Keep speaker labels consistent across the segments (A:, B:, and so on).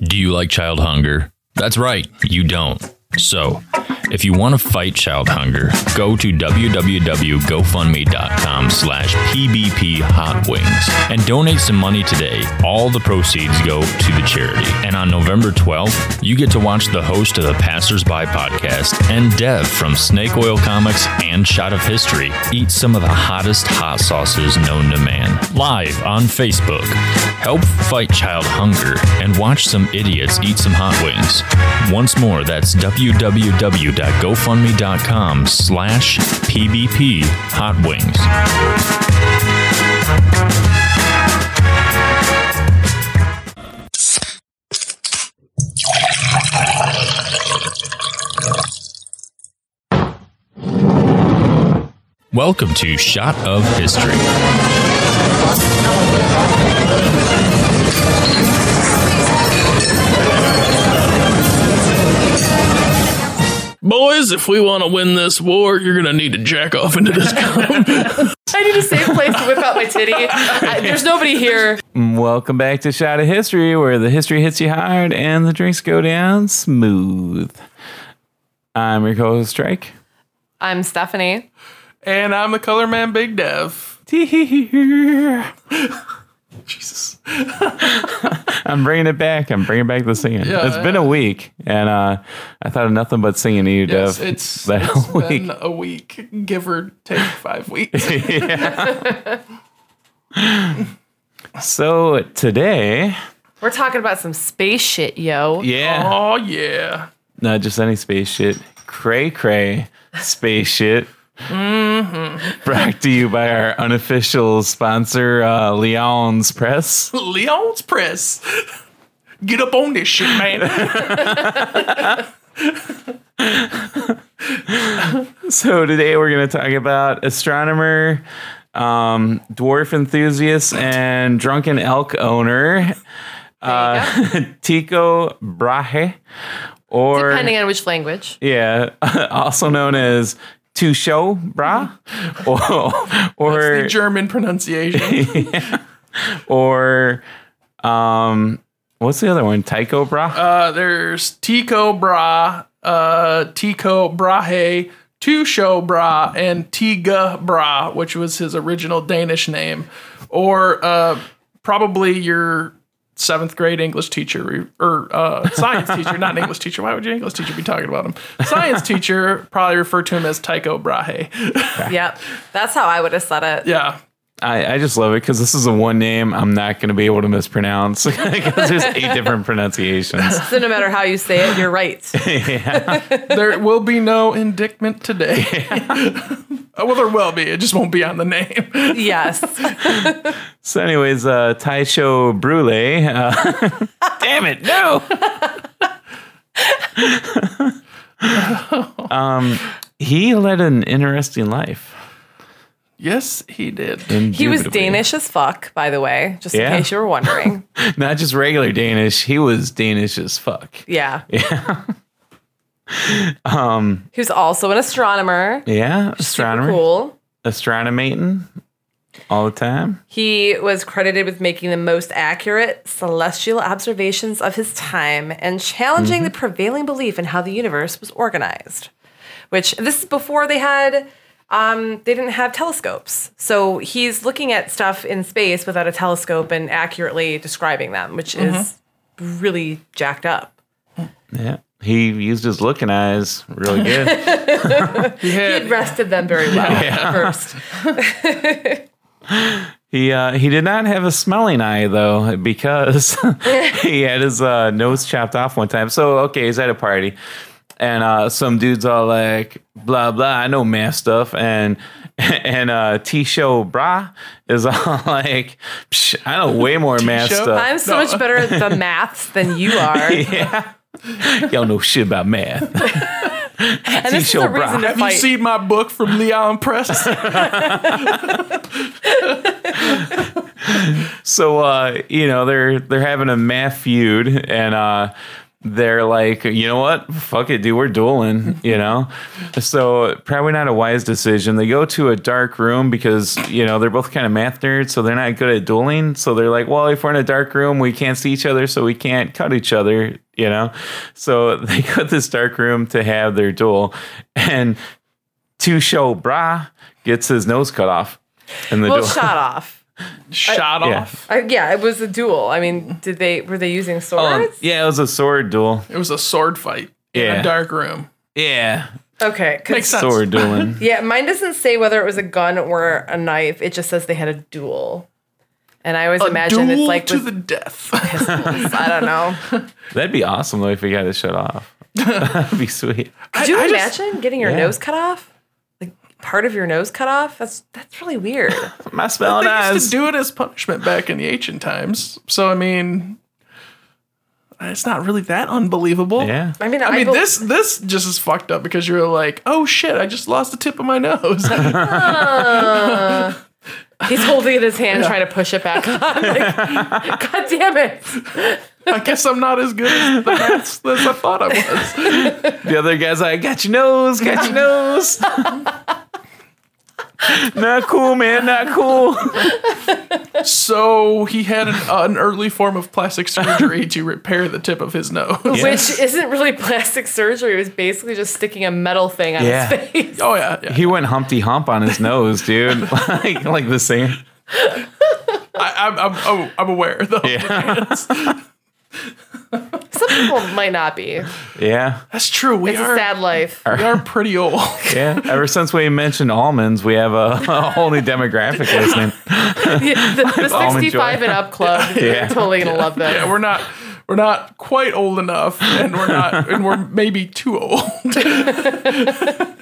A: Do you like child hunger? That's right, you don't. So, if you want to fight child hunger, go to www.gofundme.com slash pbp hot wings and donate some money today. All the proceeds go to the charity. And on November 12th, you get to watch the host of the Passersby podcast and Dev from Snake Oil Comics and Shot of History eat some of the hottest hot sauces known to man live on Facebook. Help fight child hunger and watch some idiots eat some hot wings. Once more, that's www.gofundme.com slash pbp hot wings. Welcome to Shot of History.
B: Boys, if we want to win this war, you're going to need to jack off into this cum.
C: I need a safe place to whip out my titty. I, there's nobody here.
D: Welcome back to Shot of History, where the history hits you hard and the drinks go down smooth. I'm your co-host, Drake.
C: I'm Stephanie.
B: and I'm the color man, Big Dev.
D: I'm
B: Jesus.
D: bringing it back. I'm bringing back the singing.
B: Yeah,
D: it's been
B: yeah.
D: a week, and uh, I thought of nothing but singing to you,
B: Yes,
D: Dev.
B: it's,
D: that
B: it's
D: whole week.
B: been a week, give or take five weeks.
D: So today,
C: We're talking about some space shit, yo.
D: yeah,
B: oh, yeah.
D: not just any space shit, cray cray space shit.
C: Mm-hmm.
D: Brought to you by our unofficial sponsor, uh, Leon's Press.
B: Leon's Press. Get up on this shit, man.
D: So today we're going to talk about astronomer, um, dwarf enthusiast, and drunken elk owner
C: Yeah.
D: Tico Brahe, or
C: Depending on which language.
D: yeah, also known as Tusho Bra,
C: Mm-hmm.
D: or
B: the
D: or
B: German pronunciation.
D: or um, what's the other one? Tycho Bra.
B: Uh, there's Tico Bra, uh, Tico Brahe, Tusho Bra, and Tiga Bra, which was his original Danish name, or uh, probably your seventh grade English teacher or uh, science teacher, not an English teacher. Why would your English teacher be talking about him? Science teacher probably referred to him as Tycho Brahe.
C: Yep. That's how I would have said it.
B: yeah.
D: I, I just love it because this is the one name I'm not going to be able to mispronounce because there's eight different pronunciations.
C: So no matter how you say it, you're right.
B: There will be no indictment today. Uh, well, there will be. It just won't be on the name.
C: yes.
D: So, anyways, uh, Taisho Brule. Uh, Damn it, no! um, Um, he led an interesting life.
B: Yes, he did.
C: He was
D: indubitably.
C: Danish as fuck, by the way, just
D: Yeah.
C: in case you were wondering.
D: Not just regular Danish, he was Danish as fuck.
C: Yeah. Yeah. um, he was also an astronomer.
D: Yeah, astronomer.
C: Cool.
D: Astronomating all the time.
C: He was credited with making the most accurate celestial observations of his time and
B: Mm-hmm.
C: challenging the prevailing belief in how the universe was organized. Which this is before they had um, they didn't have telescopes. So he's looking at stuff in space without a telescope and accurately describing them, which is
B: Mm-hmm.
C: really jacked up.
D: Yeah. He used his looking eyes really good.
C: He had rested them very well at first.
D: he uh, he did not have a smelling eye though because he had his uh, nose chopped off one time. So okay, he's at a party, and uh, some dudes all like blah blah. I know math stuff, and and uh, T show bra is all like Psh, I know way more math
B: Show?
D: stuff.
C: I'm so much better at the maths than you are.
D: yeah, y'all know shit about math.
C: and this is
D: T-show
C: a
D: bra.
C: reason to
B: Have you
C: fight.
B: seen my book from Leon Press?
D: So uh, you know they're they're having a math feud, and uh, they're like, you know what? Fuck it, dude. We're dueling, you know? So, probably not a wise decision. They go to a dark room because, you know, they're both kind of math nerds, so they're not good at dueling. So, they're like, well, if we're in a dark room, we can't see each other, so we can't cut each other, you know? So, they go to this dark room to have their duel. And two show bra gets his nose cut off in the
C: Well,
D: duel.
C: shot off.
B: Shot
D: yeah.
B: off.
C: I, yeah, it was a duel. I mean, did they were they using
D: Um,
C: swords?
D: yeah, it was a sword duel.
B: It was a sword fight in
D: Yeah.
B: a dark room.
D: Yeah,
C: Okay, 'cause-
B: Makes sense.
D: sword dueling.
C: Yeah, mine doesn't say whether it was a gun or a knife. It just says they had a duel. And I always
B: A
C: imagine
B: duel
C: it's like
B: to
C: with
B: the death.
C: pistols. I don't know.
D: That'd be awesome though if we got it shut off. That'd be sweet.
C: Could you
B: I just-
C: imagine getting your
D: Yeah.
C: nose cut off? Like part of your nose cut off? That's that's really weird.
D: My smelling
B: they used
D: eyes.
B: to do it as punishment back in the ancient times. So I mean, it's not really that unbelievable.
D: yeah.
C: I mean,
B: I mean,
C: bel-
B: this this just is fucked up because you're like, oh shit, I just lost the tip of my nose.
C: he's holding it in his hand, trying to push it back on. Like, God damn it!
B: I guess I'm not as good as the maths as I thought I was.
D: The other guy's like, got your nose, got your nose. not cool, man. Not cool.
B: So he had an, uh, an early form of plastic surgery to repair the tip of his nose.
C: Which isn't really plastic surgery. It was basically just sticking a metal thing on
D: Yeah.
C: his face.
B: Oh yeah, yeah.
D: He went Humpty Hump on his nose, dude. like, like the same.
B: I, I'm, I'm, oh, I'm aware though.
C: Some people might not be. It's
D: Yeah.
B: That's true. We
C: a
B: are
C: sad life.
B: we are pretty old.
D: Yeah. Ever since we mentioned almonds, we have a, a whole new demographic listening.
C: Yeah, the, the
D: Almond
C: 65
D: Joy.
C: and up club. You're totally gonna love that.
B: Yeah, we're not we're not quite old enough, and we're not and we're maybe too old.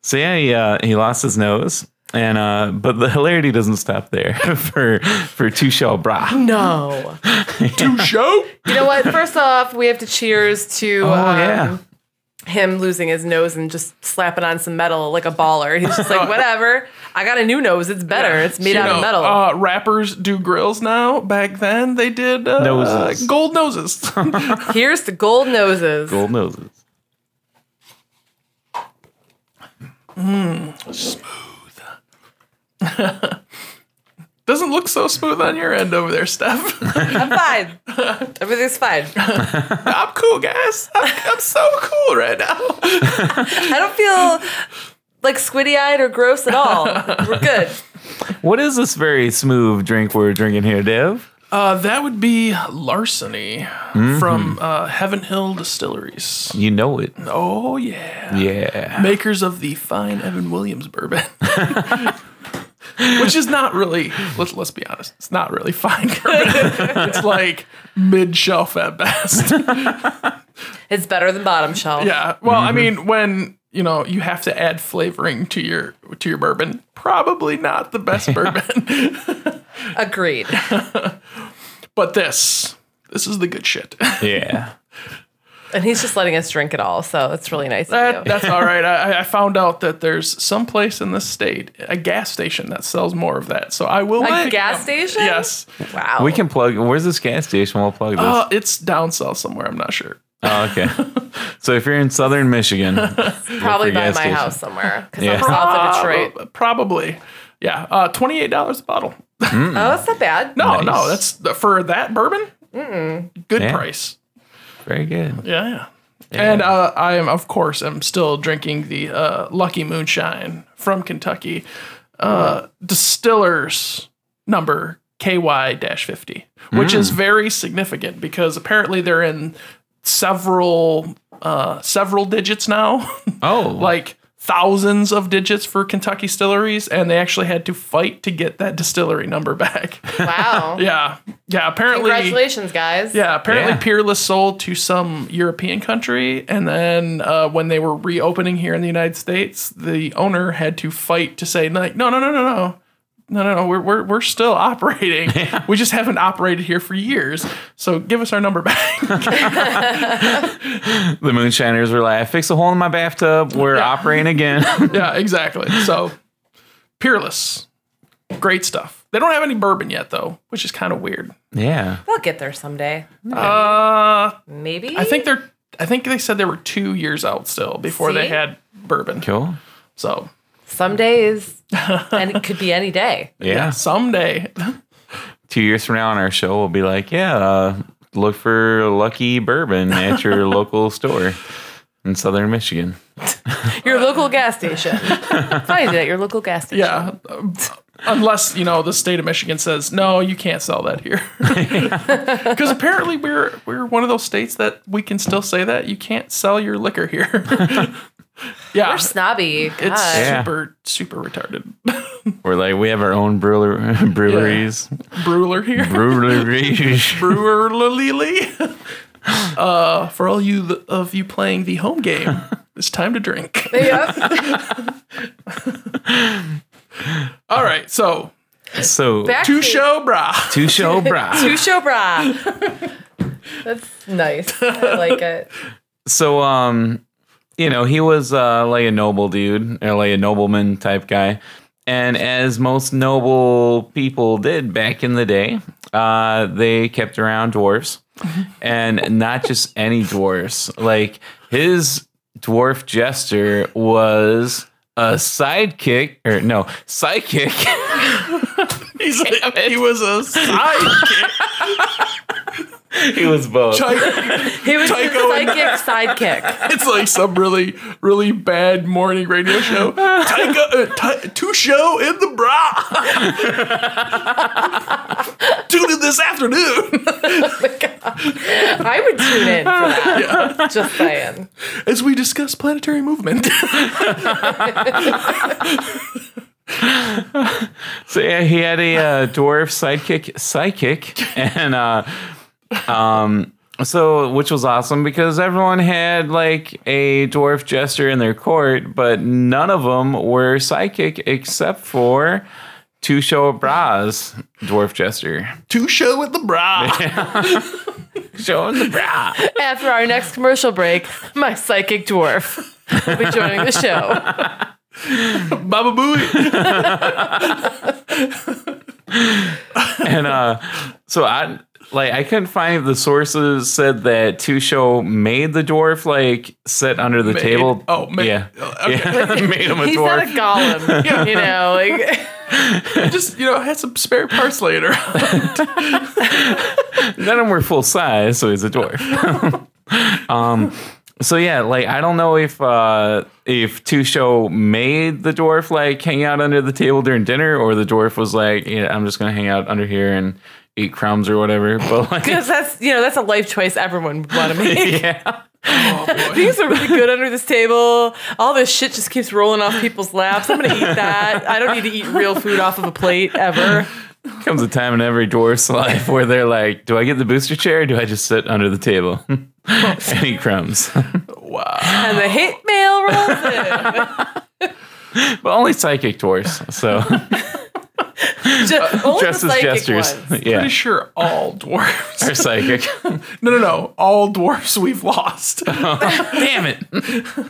D: So yeah, he, uh, he lost his nose, and uh, but the hilarity doesn't stop there for for two shell bra.
C: no.
B: Too show.
C: You know what? First off, we have to cheers to
D: Oh
C: um,
D: yeah,
C: him losing his nose and just slapping on some metal like a baller. He's just like, whatever. I got a new nose. It's better. It's made
B: You
C: out
B: know,
C: of metal.
B: Uh, rappers do grills now. Back then, they did uh,
D: Noses.
B: gold noses.
C: Here's the gold noses.
D: gold noses.
B: Doesn't look so smooth on your end over there, Steph.
C: I'm fine. Everything's fine.
B: I'm cool, guys. I'm, I'm so cool right now.
C: I don't feel like squiddy eyed or gross at all. We're good.
D: What is this very smooth drink we're drinking here, Dev?
B: Uh, that would be larceny from uh, Heaven Hill Distilleries.
D: You know it.
B: Oh yeah.
D: Yeah.
B: makers of the fine Evan Williams bourbon. Which is not really, let's, let's be honest, it's not really fine bourbon. it's like mid shelf at best.
C: It's better than bottom shelf.
B: yeah. Well, I mean, when you know you have to add flavoring to your to your bourbon, probably not the best bourbon.
C: Agreed.
B: But this, this is the good shit.
D: Yeah.
C: And he's just letting us drink it all. So it's really nice.
B: That,
C: Of you.
B: that's all right. I, I found out that there's some place in this state, a gas station that sells more of that. So I will.
C: A
B: let-
C: gas station?
B: Yes.
C: Wow.
D: We can plug. Where's this gas station? We'll plug this.
B: Uh, it's down south somewhere. I'm not sure.
D: oh, okay. so if you're in Southern Michigan,
C: probably
D: for
C: by my
D: gas station.
C: house somewhere because
D: Yeah.
C: I'm south of
B: Prob-
C: Detroit.
B: Uh, Probably. Yeah. Uh, $28 a bottle.
C: Oh, that's not bad.
B: Mm. No,
D: Nice.
B: no, that's for that bourbon. Good
D: Yeah.
B: price.
D: very good.
B: Yeah, yeah. And uh, I am, of course, I'm still drinking the uh, Lucky Moonshine from Kentucky, uh, distillers number KY-50, which is very significant because apparently they're in several uh, several digits now.
D: Oh,
B: like thousands of digits for Kentucky distilleries, and they actually had to fight to get that distillery number back.
C: Wow.
B: yeah, yeah. Apparently,
C: Congratulations, guys.
B: yeah. Apparently,
D: Yeah.
B: Peerless sold to some European country, and then uh, when they were reopening here in the United States, the owner had to fight to say like, no, no, no, no, no. No, no, no. We're, we're, we're still operating. We just haven't operated here for years. So give us our number back.
D: the moonshiners were like, I fixed a hole in my bathtub. We're operating again.
B: yeah, exactly. So, Peerless, great stuff. They don't have any bourbon yet though, which is kind of weird.
D: Yeah.
C: They'll get there someday.
B: Uh,
C: Maybe.
B: I think they're. I think they said they were two years out still before they
C: See?
B: had bourbon.
D: Cool.
B: So
C: some days, and it could be any day.
D: Yeah.
B: someday,
D: Two years from now on our show, we'll be like, yeah, uh, look for Lucky Bourbon at your local store in southern Michigan.
C: Your local gas station. Probably do that. Your local gas station.
B: yeah. um, Unless you know the state of Michigan says no, you can't sell that here, because apparently we're we're one of those states that we can still say that you can't sell your liquor here. yeah,
C: We're snobby. God.
B: it's
D: Yeah.
B: super super retarded.
D: We're like, we have our own brewer- breweries.
B: Brewer here.
D: Breweries.
B: Brewer Lily. Uh, for all you th- of you playing the home game, it's time to drink.
C: Yep.
B: All right, so
D: so,
C: Back
B: two
C: to-
B: show bra.
D: two show bra.
C: Two show bra. That's nice. I like it.
D: So, um, you know, he was uh, like a noble dude, or like a nobleman type guy. And as most noble people did back in the day, uh, they kept around dwarves. and not just any dwarves. Like, his dwarf jester was a sidekick, or no, psychic.
B: He's like, he was a sidekick.
D: he was both.
B: Like,
C: He was his
B: Tycho and-
C: psychic sidekick.
B: it's like some really, really bad morning radio show. Tyga, uh, ty, two show in the bra. Tune in this afternoon
C: I would tune in for that. Just saying.
B: as we discuss planetary movement.
D: So yeah, he had a uh, dwarf sidekick, sidekick, and uh, um, so which was awesome because everyone had like a dwarf jester in their court, but none of them were sidekick except for Two Show Bras dwarf jester.
B: two show in the bra.
D: Showing the bra.
C: After our next commercial break, my psychic dwarf will be joining the show.
B: Baba Booey.
D: and uh, so I like I couldn't find if the sources said that Two Show made the dwarf like sit under the table.
B: Oh, ma-
D: yeah,
B: okay.
D: yeah, made him a
C: He's
D: dwarf.
C: not a golem. You know, like
B: Just, you know, had some spare parts later.
D: None of them were full size, so he's a dwarf. um, so yeah, like I don't know if uh, if Two Show made the dwarf like hang out under the table during dinner, or the dwarf was like, yeah, I'm just gonna hang out under here and eat crumbs or whatever. But like,
C: Because that's you know that's a life choice everyone would want to make.
D: yeah,
C: Things are really good under this table. All this shit just keeps rolling off people's laps. I'm gonna eat that. I don't need to eat real food off of a plate ever.
D: comes a time in every dwarf's life where they're like, do I get the booster chair? or Do I just sit under the table and eat crumbs?
B: wow.
C: And the hate mail rolls in.
D: but only psychic dwarfs, so
C: Just, only
D: just
C: the
D: as
C: psychic
D: gestures,
C: ones.
D: yeah,
B: Pretty sure all dwarves.
D: are psychic.
B: No, no, no. All dwarves we've lost.
D: Damn it.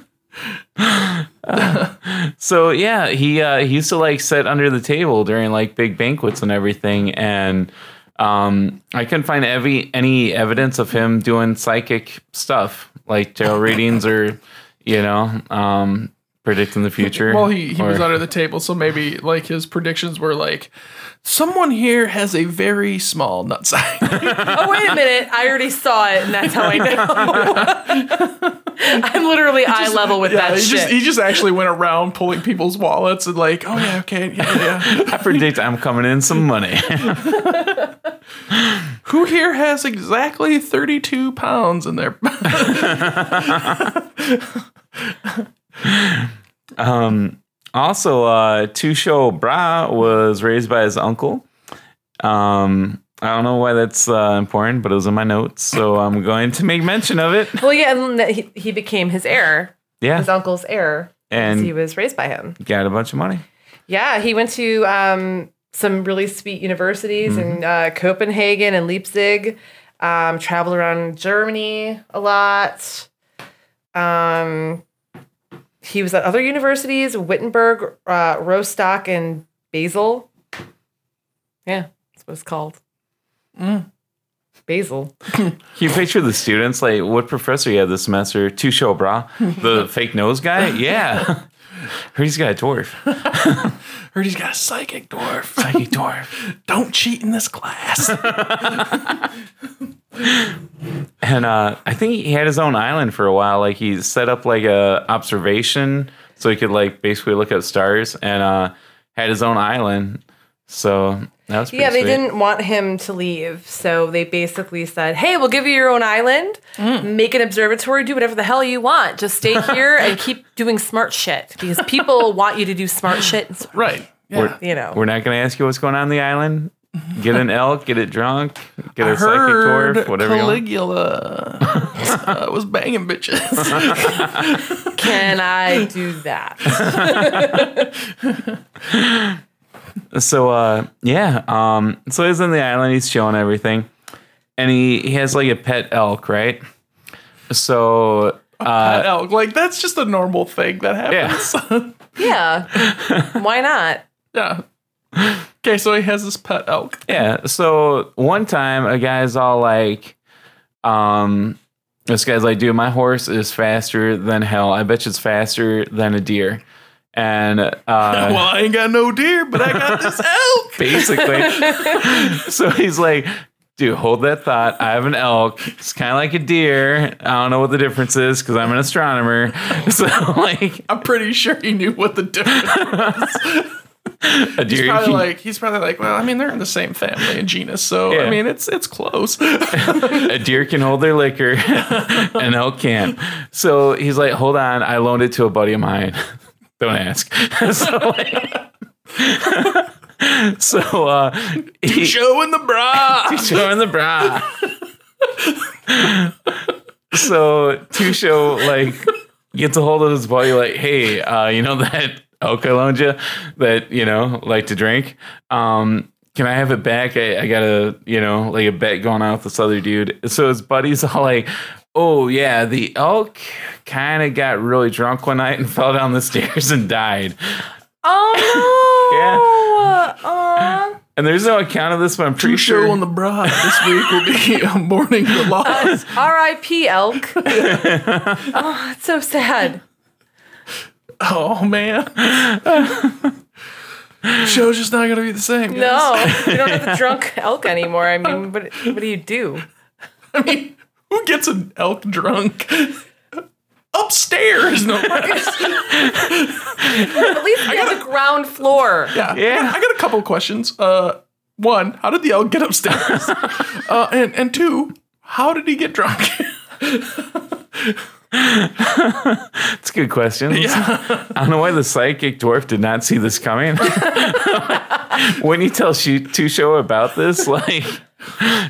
D: so yeah, he uh, he used to like sit under the table during like big banquets and everything, and um, I couldn't find every any evidence of him doing psychic stuff like tarot readings or you know um, predicting the future.
B: Well, he, he was
D: or-
B: under the table, so maybe like his predictions were like, someone here has a very small nutsack.
C: Oh wait a minute! I already saw it, and that's how I know. I'm literally eye level with
B: yeah,
C: that
B: he
C: shit.
B: just he just actually went around pulling people's wallets and like, oh yeah, okay, yeah, yeah.
D: I predict I'm coming in some money.
B: Who here has exactly thirty two pounds in their?
D: Also, uh, Tusho Bra was raised by his uncle. Um, I don't know why that's uh, important, but it was in my notes, so I'm going to make mention of it.
C: well, yeah, and that he, he became his heir,
D: Yeah,
C: his uncle's heir,
D: And-
C: because he was raised by him.
D: got a bunch of money.
C: Yeah, he went to um, some really sweet universities
D: Mm-hmm.
C: in uh, Copenhagen and Leipzig. Um, traveled around Germany a lot. Um, he was at other universities: Wittenberg, uh, Rostock, and Basel. Yeah, that's what it's called.
D: Mm.
C: Basil.
D: Can you picture the students like what professor you had this semester? Two show bra, the fake nose guy. Yeah, he's got a dwarf.
B: Heard he's got a psychic dwarf.
D: Psychic dwarf.
B: Don't cheat in this class.
D: And uh, I think he had his own island for a while. Like he set up like a observation so he could like basically look up stars and uh, had his own island. So that was pretty
C: Yeah, they
D: sweet.
C: didn't want him to leave, so they basically said, "Hey, we'll give you your own island, make an observatory, do whatever the hell you want. Just stay here and keep doing smart shit because people want you to do smart shit. and so-
B: right. Yeah.
C: uh, You know,
D: We're not going to ask you what's going on in the island. Get an elk, get it drunk, get a psychic
B: Heard
D: dwarf, whatever you want.
B: Caligula uh, was banging
D: Uh,
B: bitches.
C: can I do that?
D: so uh yeah um so he's on the island he's chilling everything and he, he has like a pet elk right so
B: That elk. Like that's just a normal thing that
D: yeah
B: happens.
C: Yeah, why not?
B: Yeah. Okay, so he has this pet elk.
D: yeah so one time a guy's all like um this guy's like dude my horse is faster than hell i bet you it's faster than a deer and uh
B: Well, I ain't got no deer, but I got this elk.
D: basically. so he's like, dude, hold that thought. I have an elk. It's kind of like a deer. I don't know what the difference is because I'm an astronomer. So like
B: I'm pretty sure he knew what the difference. was.
D: a deer, you
B: Probably
D: can-
B: like he's probably like, well, I mean, they're in the same family and genus, so
D: Yeah.
B: I mean, it's it's close.
D: a deer can hold their liquor, an elk can't. So he's like, hold on, I loaned it to a buddy of mine. don't ask. so like, so uh, he,
B: Show in the bra.
D: Show in the bra. so Tusho like gets a hold of his buddy, like, hey, uh, you know that elk I loaned you that you know like to drink. Um, can I have it back? I, I got a you know like a bet going on with this other dude. So his buddy's all like. Oh yeah, the elk kind of got really drunk one night and fell down the stairs and died.
C: Oh no!
D: Yeah.
C: Aw.
D: And there's no account of this, but I'm pretty sure
B: Show in the bra. This week will be a mourning the loss.
C: R.I.P. Elk. oh, it's so sad.
B: Oh man. Show's just not gonna be the same. guys.
C: No, you don't have the drunk elk anymore. I mean, what, what do you do?
B: I mean, who gets an elk drunk? Upstairs, no.
C: At least we have the ground floor.
B: Yeah.
D: Yeah.
B: I got a couple questions. Uh, one, how did the elk get upstairs? uh, and and two, how did he get drunk?
D: That's a good question. I don't know why the psychic dwarf did not see this coming. when you tell she to show about this, like,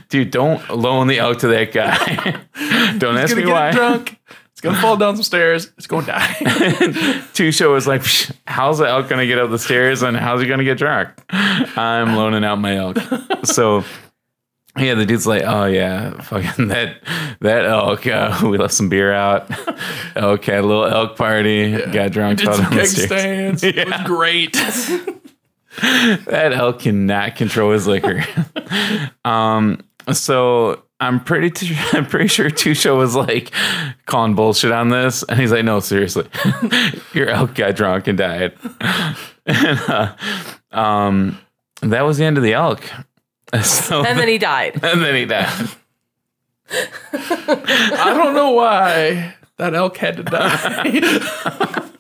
D: dude, don't loan the elk to that guy. don't ask
B: gonna
D: me
B: get
D: why.
B: drunk. It's gonna fall down some stairs. It's gonna die.
D: Two show was like, "Psh, how's the elk gonna get up the stairs and how's he gonna get drunk? I'm loaning out my elk. So yeah, the dude's like, oh yeah, fucking that that elk. Uh, we left some beer out. Elk had a little elk party. Got drunk.
B: Did
D: fell
B: some
D: down the
B: keg
D: stairs.
B: stands. It was great.
D: That elk cannot control his liquor. um, so I'm pretty, t- I'm pretty sure Tusha was like calling bullshit on this, and he's like, "No, seriously, your elk got drunk and died." and, uh, um, that was the end of the elk. So
C: And then he died.
D: and then he died.
B: I don't know why that elk had to die.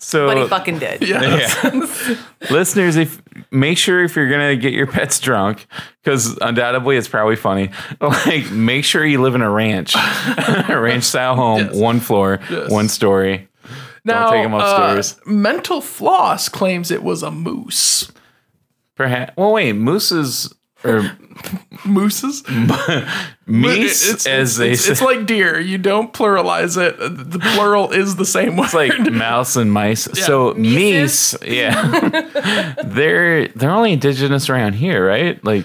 D: So
C: But he fucking did.
B: yeah.
D: Yeah. Listeners, if make sure if you're gonna get your pets drunk, because undoubtedly it's probably funny. Like, make sure you live in a ranch, a ranch style home,
B: Yes.
D: one floor,
B: Yes.
D: one story.
B: Now,
D: take him upstairs.
B: uh, Mental Floss claims it was a moose.
D: Perhaps. Well, wait, mooses or
B: Mooses?
D: meese,
B: It's-
D: as they
B: it's,
D: say.
B: it's like deer. You don't pluralize it. Uh, The plural is the same word.
D: It's like mouse and mice. So meese,
C: Mices.
D: yeah, they're they're only indigenous around here, right? Like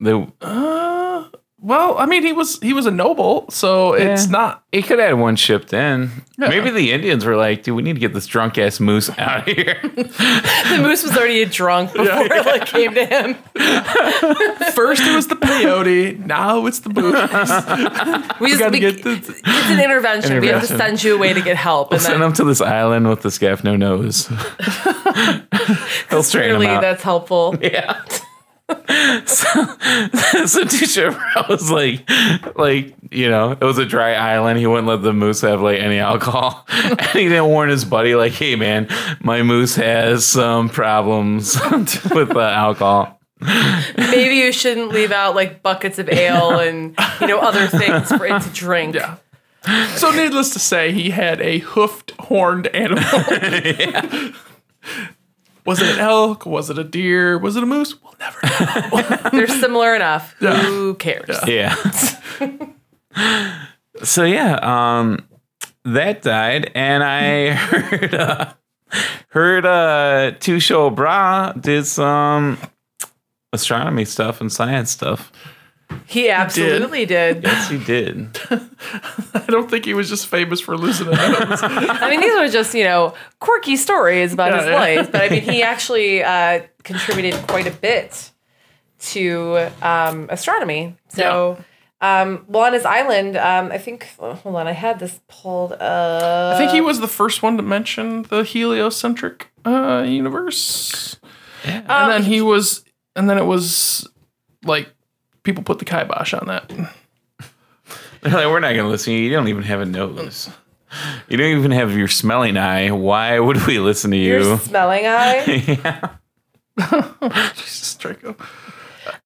D: the
B: Uh, Well, I mean, he was he was a noble, so it's
D: Yeah.
B: not.
D: He could have had one shipped in.
B: Yeah.
D: Maybe the Indians were like, dude, we need to get this drunk ass moose out of here.
C: The moose was already drunk before it like, came to him.
B: First it was the peyote, now it's the booze.
C: We just
B: gotta
C: we-
B: get this-
C: it's an intervention. We have to
D: Intervention.
C: send you away to get help. And
D: Send
C: then
D: him to this island with this guy with no nose. He'll straighten
C: clearly
D: him out.
C: that's helpful.
D: Yeah. so, so Tisha was like, like you know, it was a dry island. He wouldn't let the moose have like any alcohol, and he didn't warn his buddy like, "Hey man, my moose has some problems with uh, alcohol."
C: Maybe you shouldn't leave out like buckets of ale and you know other things for it to drink.
B: Yeah. So, needless to say, he had a hoofed, horned animal. Was it an elk? Was it a deer? Was it a moose? We'll never know.
C: They're similar enough. Who cares?
D: Yeah. so yeah, um, that died, and I heard uh, heard uh, Tusho Bra did some astronomy stuff and science stuff.
C: He absolutely did.
D: Yes, he did.
B: I don't think he was just famous for losing an animal.
C: I mean, these are just you know quirky stories about
B: Yeah,
C: his
B: yeah.
C: life, but I mean, he actually uh, contributed quite a bit to um, astronomy. So, um, well, on his island, um, I think. Hold on, I had this pulled up.
B: I think he was the first one to mention the heliocentric uh, universe. And then he was, and then it was like people put the kibosh on that.
D: They're like, we're not going to listen to you. You don't even have a nose. You don't even have your smelling eye. Why would we listen to
C: Your
D: you?
C: smelling eye.
B: Jesus, Draco.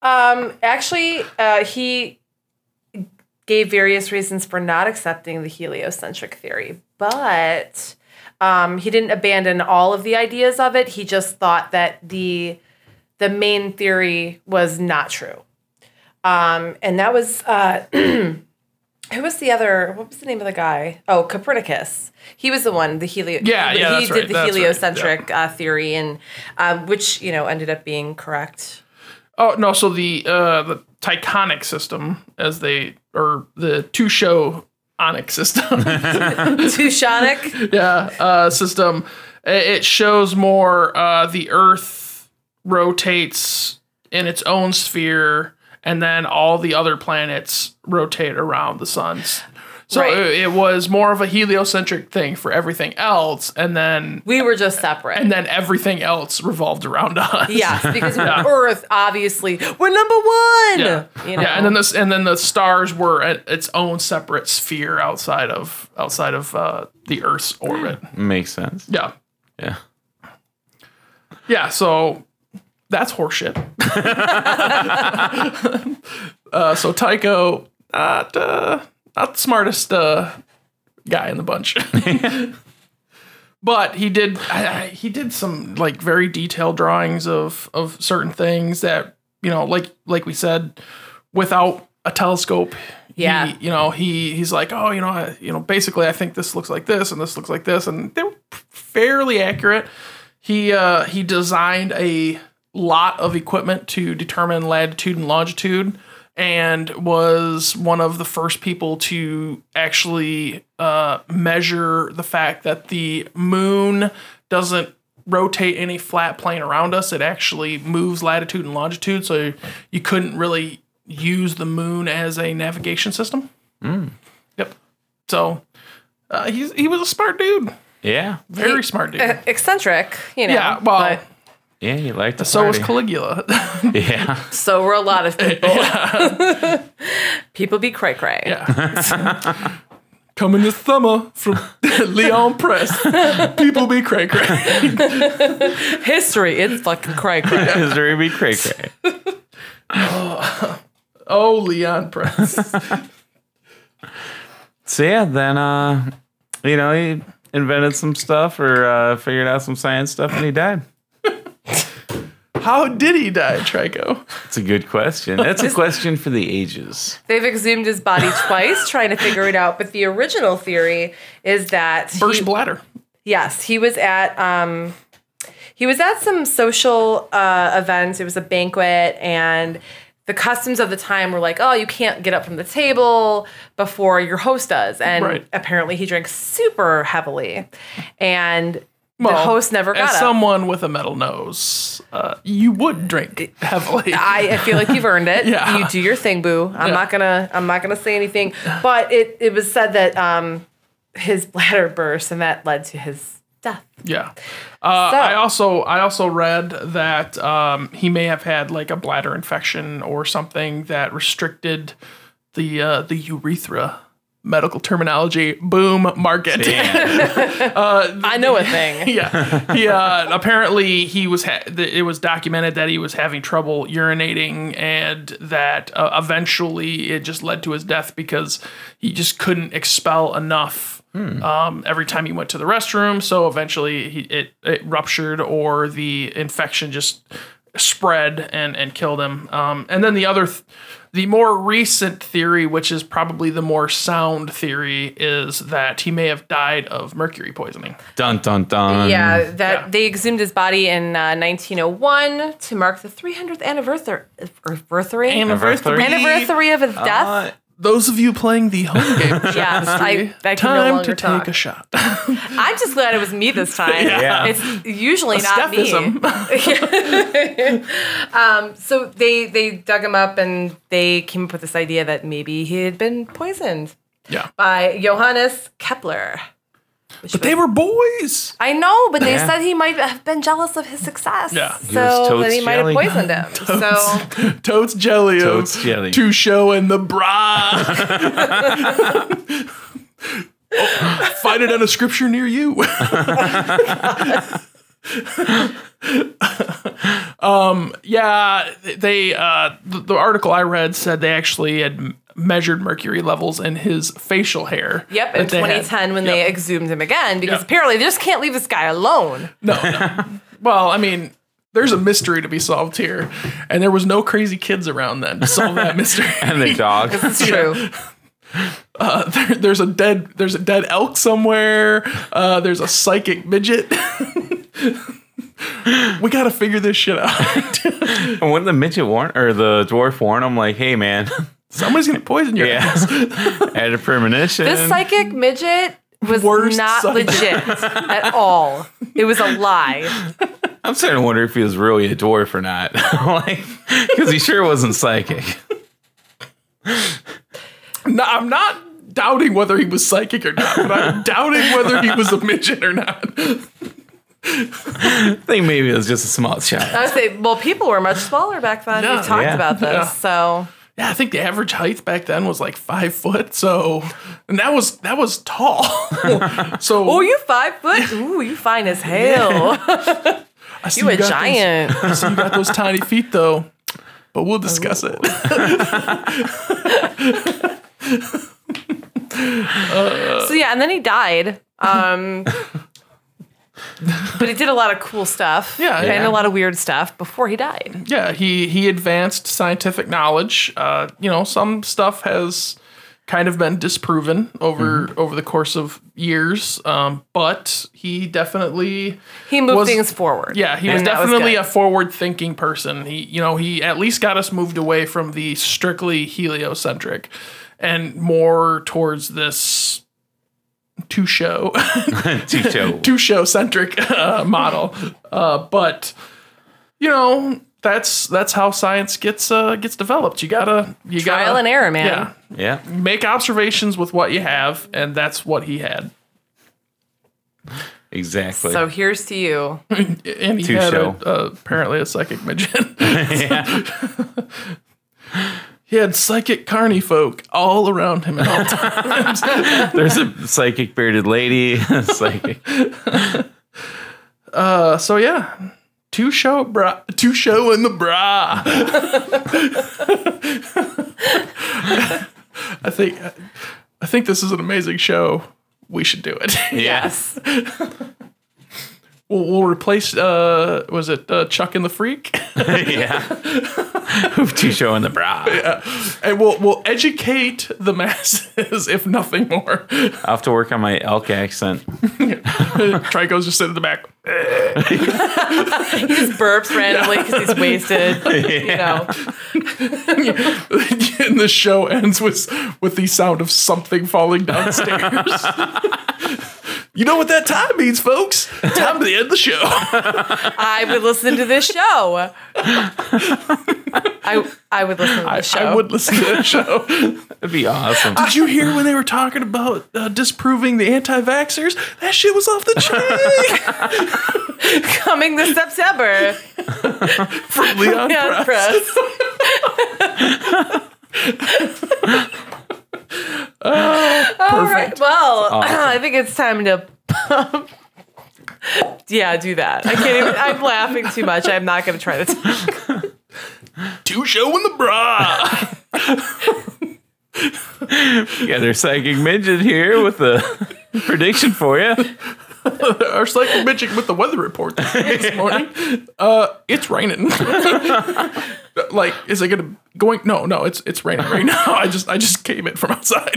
C: Um, actually, uh, he gave various reasons for not accepting the heliocentric theory, but um, he didn't abandon all of the ideas of it. He just thought that the the main theory was not true, um, and that was uh, who was the other? What was the name of the guy? Oh, Copernicus. He was the one the helio.
B: Yeah, yeah,
C: He
B: that's
C: did
B: right, that's
C: the
B: right, yeah.
C: heliocentric uh, theory, and um, which you know ended up being correct.
B: Oh no! So the uh, the Tychonic system, as they or the two show onic system,
C: Tushonic.
B: yeah, uh, system. i- It shows more uh, the Earth rotates in its own sphere, and then all the other planets rotate around the suns. So
C: Right.
B: it, it was more of a heliocentric thing for everything else, and then
C: We were just separate.
B: and then everything else revolved around us.
C: yes, because Earth, obviously, we're number one.
B: Yeah.
C: You know?
B: Yeah, and then this, and then the stars were at its own separate sphere outside of outside of uh, the Earth's orbit.
D: Makes sense.
B: Yeah,
D: Yeah.
B: yeah. So that's horseshit. uh, so Tycho, not uh, not the smartest uh, guy in the bunch, but he did I, I- he did some like very detailed drawings of of certain things that you know, like like we said, without a telescope. he-
C: Yeah.
B: you know, he he's like, oh, you know, I, you know, basically, I think this looks like this, and this looks like this, and they're fairly accurate. He uh, he designed a lot of equipment to determine latitude and longitude, and was one of the first people to actually uh, measure the fact that the moon doesn't rotate any flat plane around us. It actually moves latitude and longitude, so you couldn't really use the moon as a navigation system. Yep. So uh, he's he was a smart dude,
D: Yeah.
B: very smart dude.
C: Uh, eccentric, you know.
B: yeah. Well,
C: but-
D: Yeah. You like the
B: so was
D: party.
B: Caligula.
D: Yeah.
C: so were a lot of people. people be cray cray.
B: yeah. Coming this summer from Leon Press. People be cray cray.
C: History, it's fucking cray cray.
D: History be cray cray.
B: Oh, Leon Press.
D: So yeah, then uh, you know he invented some stuff or uh, figured out some science stuff, and he died.
B: How did he die, Trico?
D: That's a good question. That's a question for the ages.
C: They've exhumed his body twice, trying to figure it out. But the original theory is that he-
B: Burst bladder.
C: Yes, he was at um, he was at some social uh, event. It was a banquet, and the customs of the time were like, oh, you can't get up from the table before your host does. And
B: Right.
C: apparently he drank super heavily. And the
B: Well,
C: host never
B: as
C: got up.
B: someone with a metal nose, uh, you would drink heavily.
C: I, I feel like you've earned it.
B: Yeah.
C: You do your thing, boo. I'm not gonna I'm not gonna say anything. But it, it was said that um his bladder burst and that led to his death.
B: yeah. Uh,
C: So-
B: I also I also read that um, he may have had like a bladder infection or something that restricted the uh, the urethra. Medical terminology. Boom. Market.
D: Damn.
C: I know a thing.
B: yeah. He, uh, apparently, he was. Ha- th- it was documented that he was having trouble urinating, and that uh, eventually it just led to his death because he just couldn't expel enough um, every time he went to the restroom. So eventually, he, it it ruptured, or the infection just spread and and killed him. Um, and then the other. Th- the more recent theory, which is probably the more sound theory, is that he may have died of mercury poisoning.
D: dun dun dun.
C: Yeah, that
B: Yeah.
C: they exhumed his body in uh, 1901 to mark the 300th anniversary, anniversary,
D: Anniversary.
C: anniversary of his
D: Uh,
C: death.
B: Those of you playing the home game, show
C: Yes, I-
B: history,
C: I can no
B: time to
C: longer talk.
B: take a shot.
C: I'm just glad it was me this time.
D: Yeah.
C: It's usually not me. Um,
B: Stephism.
C: So they they dug him up and they came up with this idea that maybe he had been poisoned
B: yeah,
C: by Johannes Kepler. which
B: but they were
C: was-
B: boys.
C: I know, but they
D: Yeah.
C: said he might have been jealous of his success.
B: Yeah. He
D: was
C: So then
D: totes
C: he might have
D: jelly.
C: poisoned him. so
B: Totes jelly
D: Totes
B: of
D: jelly.
B: to show in the bra. Oh, find it on a scripture near you. um, Um, yeah, they uh, the, the article I read said they actually had m- measured mercury levels in his facial hair.
C: Yep, in
B: that they had.
C: 2010 when they exhumed him again because
B: Yep.
C: apparently they just can't leave this guy alone.
B: Well, I mean, there's a mystery to be solved here, and there was no crazy kids around then to solve that mystery.
D: And the dog.
C: It's true.
B: Uh, there, there's a dead there's a dead elk somewhere. Uh, there's a psychic midget. we gotta figure this shit out.
D: And when the midget warn or the dwarf warn him, like, hey man,
B: Somebody's gonna poison your
D: yeah,
B: ass.
D: had a premonition.
C: This psychic midget was
B: Worst
C: not
B: psychic.
C: legit at all. It was a lie.
D: I'm starting to wonder if he was really a dwarf or not, like, because he sure wasn't psychic.
B: No, I'm not doubting whether he was psychic or not, but I'm doubting whether he was a midget or not.
D: I think maybe it was just a small child.
C: I would say, well, people were much smaller back then.
B: Yeah.
C: we talked
D: Yeah.
C: about this.
B: Yeah.
C: So
B: Yeah, I think the average height back then was like five foot, so and that was that was tall. so
C: Oh, you five foot? Ooh, you fine as hell.
B: I see
C: You a
B: got those-
C: giant.
B: So you got those tiny feet though, but we'll discuss it.
C: So yeah, and then he died. Um But he did a lot of cool stuff.
B: Yeah,
C: And
B: yeah.
C: a lot of weird stuff before he died.
B: Yeah, he he advanced scientific knowledge. Uh, you know, some stuff has kind of been disproven over
C: Mm-hmm.
B: over the course of years, um, but he definitely
C: He moved
B: Was-
C: things forward.
B: yeah he was
C: And that was
B: definitely
C: good.
B: a forward thinking person. He you know he at least got us moved away from the strictly heliocentric and more towards this to show
D: Chicho.
B: two show centric uh, model. Uh, but you know, that's that's how science gets uh, gets developed. You gotta you
C: Trial
B: gotta,
C: and error, man.
B: Yeah,
D: Yeah.
B: make observations with what you have, and that's what he had.
D: Exactly.
C: So here's to you.
B: And he
D: Two
B: had
D: show.
B: A, uh, apparently a psychic midget. he had psychic carny folk all around him at all times.
D: There's a psychic bearded lady. psychic.
B: Uh, so yeah. Two show bra, two show in the bra. I think, I think this is an amazing show. We should do it.
D: Yes.
B: we'll, we'll replace. Uh, was it uh, Chuck and the Freak?
D: yeah. Chicho in the bra.
B: and we'll we'll educate the masses, if nothing more.
D: I'll have to work on my elk accent.
B: Trico's just sitting in the back.
C: He just burps randomly because he's wasted. You know.
B: and the show ends with with the sound of something falling downstairs. you know what that time means, folks? Time to end the show.
C: I would listen to this show. I I would listen to
B: I,
C: this show.
B: I would listen to that show.
D: That'd be awesome.
B: Did you hear when they were talking about uh, disproving the anti-vaxxers? That shit was off the chain
C: Coming this September.
B: from Leon
C: Yeah,
B: Press.
C: press. All right. Well, I think it's time to. yeah, do that. I can't even. I'm laughing too much. I'm not going to try this.
B: Two show in the bra.
D: Yeah, there's psychic midget here with a prediction for you.
B: Our psychic bitching with the weather report this morning. Uh, it's raining. like, is it gonna going? No, no, it's it's raining right now. I just I just came in from outside.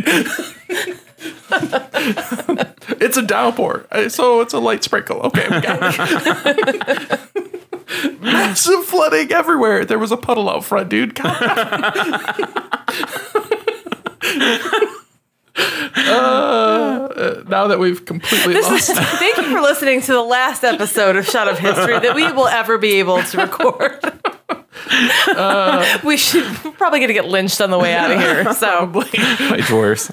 B: it's a downpour, Uh, so it's a light sprinkle. Okay, we got it. Massive flooding everywhere. There was a puddle out front, dude. God. Uh, now that we've completely
C: This
B: lost
C: is, thank you for listening to the last episode of Shot of History that we will ever be able to record. we should we're probably going to get lynched on the way out of here. So
D: It's worse.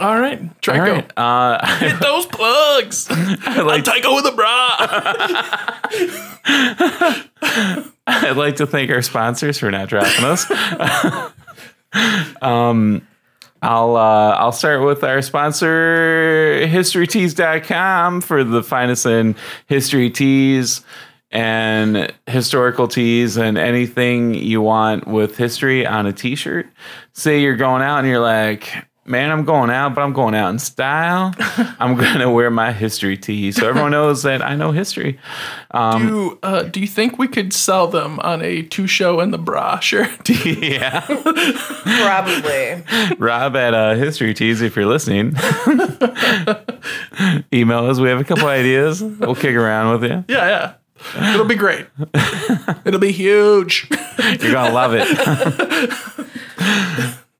B: All right, Draco.
D: All right. Uh,
B: Hit those plugs.
D: I'd, like,
B: Tycho with a bra.
D: I'd like to thank our sponsors for not dropping us. um, I'll uh, I'll start with our sponsor, HistoryTees.com, for the finest in history teas and historical teas and anything you want with history on a T-shirt. Say you're going out and you're like. Man, I'm going out, but I'm going out in style. I'm gonna wear my history tee, so everyone knows that I know history.
B: do, uh, do you think we could sell them on a two show in the bra shirt?
D: yeah.
C: probably.
D: Rob at uh, History Tees, if you're listening, email us. We have a couple ideas. We'll kick around with you.
B: yeah, yeah. It'll be great. It'll be huge.
D: You're gonna love it.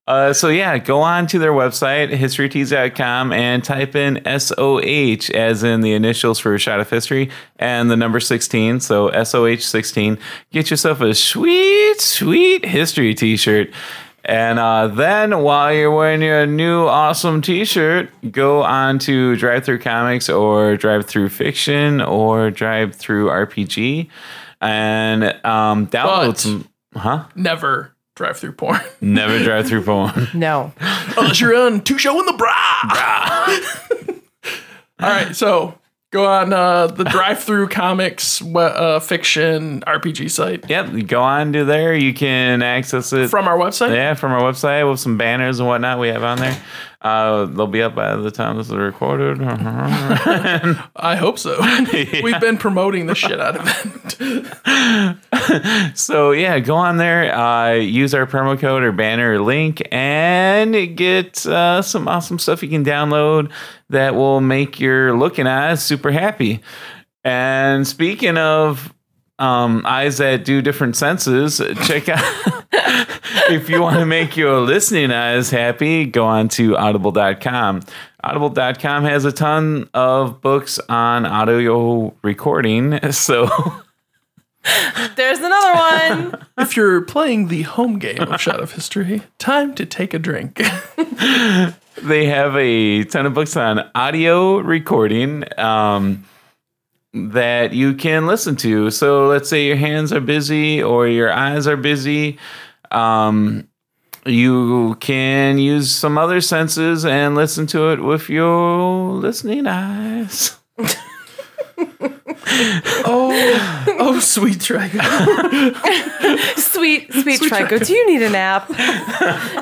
D: Uh, so yeah, go on to their website, historytees.com, and type in SOH as in the initials for a shot of history and the number 16. So SOH 16. Get yourself a sweet, sweet history t-shirt. And uh, then while you're wearing your new awesome t-shirt, go on to Drive Through Comics or Drive Through Fiction or Drive Through RPG and um, download
B: But-
D: some Huh?
B: Never drive through porn
D: Never drive through porn.
C: No.
B: unless you're on two show in the bra. All right, so go on uh, the drive through comics we- uh, fiction RPG site
D: yep, go on to there. You can access it
B: from our website.
D: yeah from our website with some banners and whatnot we have on there. Uh, they'll be up by the time this is recorded.
B: I hope so. We've been promoting the shit out of it.
D: so yeah, go on there, uh, use our promo code or banner or link, and get uh, some awesome stuff you can download that will make your looking eyes super happy. And speaking of um, eyes that do different senses, check out if you want to make your listening eyes happy, go on to audible.com. Audible.com has a ton of books on audio recording, so.
C: There's another one.
B: if you're playing the home game of Shot of History, time to take a drink.
D: they have a ton of books on audio recording um, that you can listen to. So let's say your hands are busy or your eyes are busy. Um, you can use some other senses and listen to it with your listening eyes.
B: oh, oh, sweet dragon.
C: Sweet, sweet, Trico, do you need a nap?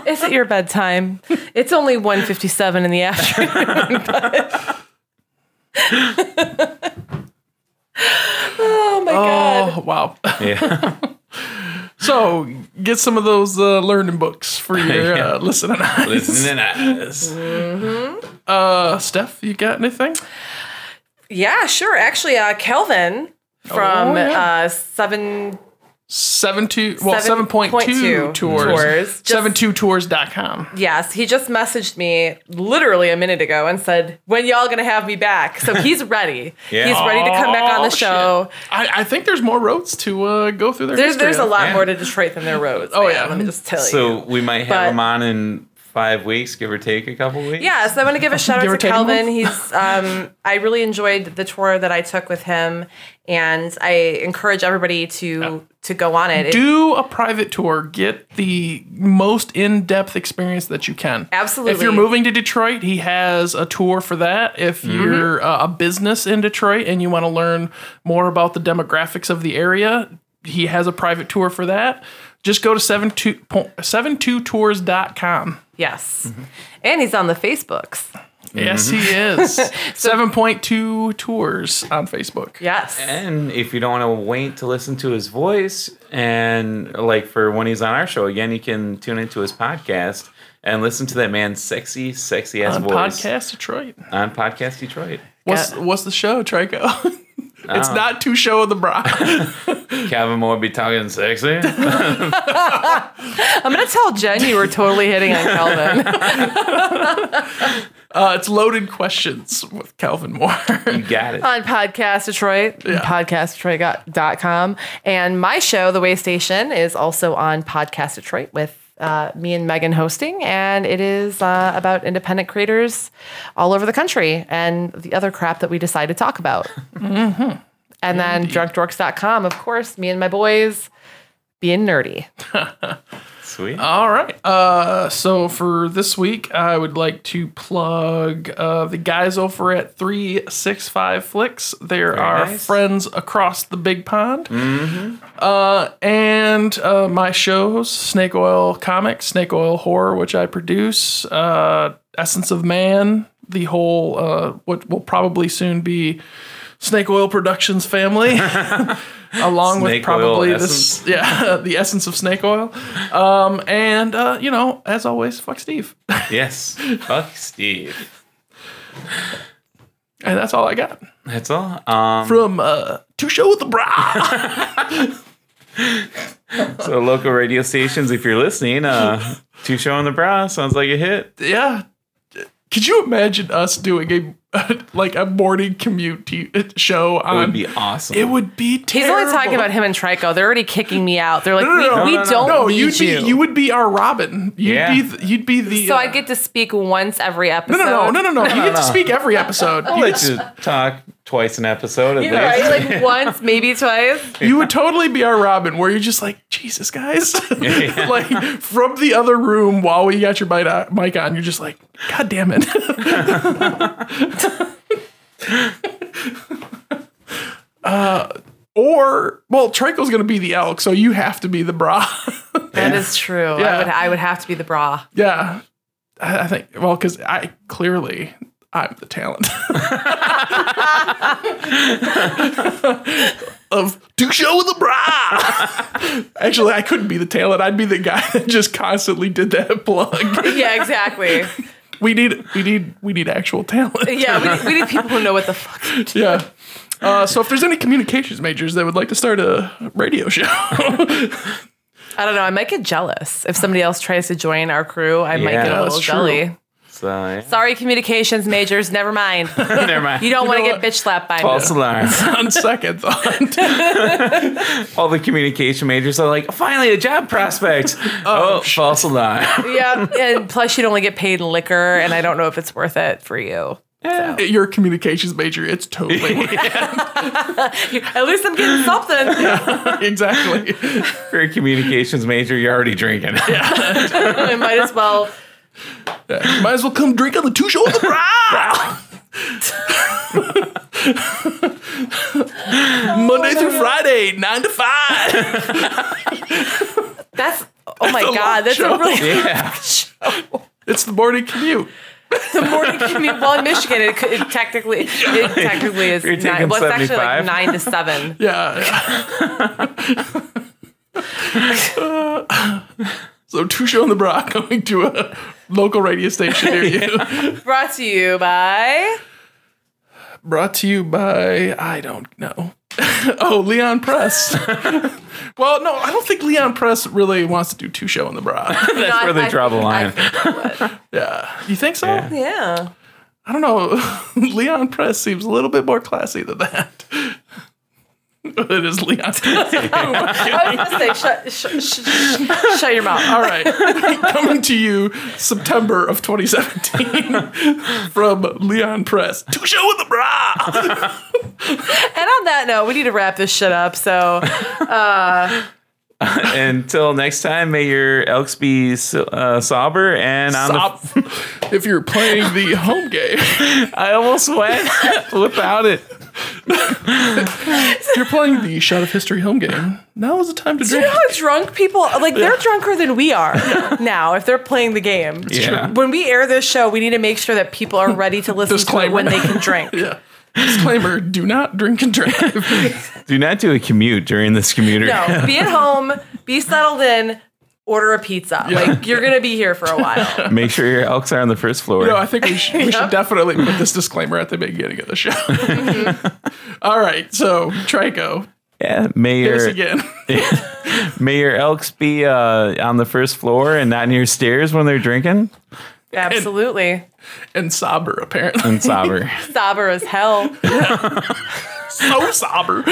C: Is it your bedtime? It's only 1.57 in the afternoon. but- oh my god.
B: Oh, wow.
D: Yeah.
B: So get some of those uh, learning books for your
D: Yeah.
B: uh, listening eyes.
D: listening eyes.
B: Uh, Steph, you got anything?
C: Yeah, sure. Actually, uh, Kelvin from
B: Oh, yeah.
C: uh, Seven
B: seven two well
C: Seven
B: seven point two
C: point two
B: tours
C: tours.
B: seven two tours.com.
C: Yes, he just messaged me literally a minute ago and said, "When y'all gonna have me back?" So he's ready.
D: Yeah.
C: He's ready to come back on
B: Oh,
C: the
B: shit.
C: show.
B: I, I think there's more roads to uh, go through. Their
C: There's
B: history
C: there's a
B: of.
C: lot
D: Yeah.
C: more to Detroit than there are roads.
B: Oh,
C: man,
B: yeah.
C: let me just tell you.
D: So we might have
C: But-
D: him on in five weeks, give or take a couple weeks.
C: Yeah, so I want to give a shout
B: Give or
C: out to
B: take a
C: Calvin.
B: month.
C: He's um, I really enjoyed the tour that I took with him, and I encourage everybody to to go on it. It-
B: do a private tour. Get the most in depth experience that you can.
C: Absolutely.
B: If you're moving to Detroit, he has a tour for that. If you're uh, a business in Detroit and you want to learn more about the demographics of the area, he has a private tour for that. Just go to 72, 72tours.com.
C: yes, and he's on the Facebooks.
B: Yes, he is. 7.2 tours on Facebook.
C: Yes,
D: And if you don't want to wait to listen to his voice, and like for when he's on our show again, you can tune into his podcast and listen to that man's sexy, sexy ass
B: On
D: voice
B: Podcast Detroit.
D: on Podcast Detroit.
B: What's, what's the show, Trico? it's not Two Show of the Bra.
D: Calvin Moore be talking sexy.
C: I'm gonna tell Jen you were totally hitting on Calvin.
B: Uh, it's loaded questions with Calvin Moore.
D: you got it.
C: on Podcast Detroit, podcastdetroit.com. And my show, The Way Station, is also on Podcast Detroit with uh, me and Megan hosting. And it is uh, about independent creators all over the country and the other crap that we decide to talk about. And then drunkdorks.com, of course, me and my boys being nerdy.
D: Sweet.
B: All right. Uh, so for this week, I would like to plug uh, the guys over at 365 Flicks. They're our
D: nice.
B: friends across the big pond. Uh, and uh, my shows, Snake Oil Comics, Snake Oil Horror, which I produce, uh, Essence of Man, the whole, uh, what will probably soon be Snake Oil Productions family. along
D: Snake
B: with
D: oil
B: probably
D: essence.
B: this yeah the essence of snake oil um and uh you know as always fuck steve
D: yes. Fuck Steve.
B: and that's all i got
D: That's all. Um,
B: from uh to show with the bra
D: so local radio stations, if you're listening, uh, two show on the bra sounds like a hit.
B: yeah could you imagine us doing a like a morning commute t- show
D: It
B: on
D: would be awesome.
B: Um, it would be
C: He's
B: terrible.
C: only talking about him and Trico. They're already kicking me out. They're like,
B: no, no, no,
C: we,
D: no,
C: we
D: no.
C: don't
B: no
C: need
B: you'd be
C: you.
B: you would be our robin you'd
D: Yeah.
B: be the, you'd be the
C: so
B: uh,
C: I get to speak once every episode.
B: no no no no no no you get to
D: no.
B: speak every episode
D: I'll let you talk twice an episode at
C: Yeah,
D: least.
C: right? Like once, maybe twice.
B: you would totally be our Robin, where you're just like, Jesus, guys, like from the other room while we got your mic on, mic on, you're just like, God damn it. Uh, or well, Trico's gonna be the elk, so you have to be the bra.
C: That is true.
B: Yeah.
C: I would I would have to be the bra.
B: yeah, I, I think. Well, because I clearly I'm the talent of do show with the bra. Actually, I couldn't be the talent. I'd be the guy that just constantly did that plug.
C: Yeah, exactly.
B: We need, we need, we need actual talent.
C: Yeah, we need, we need people who know what the fuck.
B: Yeah. Uh, so if there's any communications majors that would like to start a radio show,
C: I don't know. I might get jealous if somebody else tries to join our crew. I might
D: Yeah.
C: get a
B: That's
C: little
B: true.
C: jelly.
D: So, yeah.
C: Sorry, communications majors. Never mind.
D: Never mind.
C: You don't want to
B: know
C: get
B: what?
C: bitch slapped by
D: False
C: me.
D: alarm.
B: on second thought,
D: All the communication majors are like, finally a job prospect. oh, false alarm.
C: Yeah, and plus you'd only get paid in liquor, and I don't know if it's worth it for you.
B: you're a communications major. It's totally
C: At least I'm getting something.
B: exactly.
D: For a communications major, you're already drinking.
C: I might as well.
B: Yeah, Might as well come drink on the two show of the bra. Monday through Friday, nine to five.
C: That's oh my
B: a long
C: god. That's
B: show.
C: a really
D: yeah.
B: It's the morning commute.
C: the morning commute. Well, in Michigan, it, could- it technically it technically is
D: You're
C: nine,
D: taking
C: well, it's actually like nine to
D: 75.
C: seven.
B: Yeah. yeah. so two show in the bra going to a local radio station near you.
C: Brought to you by
B: Brought to you by I don't know Oh, Leon Press. well, no, I don't think Leon Press really wants to do two show in the bra.
D: That's where they draw the line.
B: yeah, you think so?
D: Yeah.
C: yeah.
B: I don't know. Leon Press seems a little bit more classy than that. it is Leon.
C: I was gonna say, shut, sh- sh- sh- shut your mouth.
B: All right, coming to you September of 2017 from Leon Press. Two show with the bra.
C: And on that note, we need to wrap this shit up. So
D: Until next time, may your elks be so- uh, sober and on the
B: Stop. if you're playing the home game,
D: I almost went without it.
B: if you're playing the shot of history home game, now is the time to
C: do you
B: drink.
C: know how drunk people like they're drunker than we are now if they're playing the game.
D: Yeah.
C: When we air this show, we need to make sure that people are ready to listen to it
B: Disclaimer.
C: when they can drink.
B: Yeah. Disclaimer: Do not drink and drive.
D: Do not do a commute during this commuter.
C: No, be at home, be settled in, order a pizza. Like you're gonna be here for a while.
D: Make sure your elks are on the first floor.
B: No, I think we should, we should definitely put this disclaimer at the beginning of the show. All right, so Trico,
D: yeah, may
B: here's
D: your,
B: again.
D: may your elks be uh, on the first floor and not near stairs when they're drinking
C: Absolutely.
B: and sober, apparently.
D: and sober.
C: Sober as hell.
B: so sober.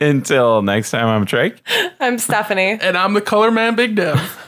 D: Until next time, I'm Trike.
C: I'm Stephanie.
B: And I'm the color man, Big Dev.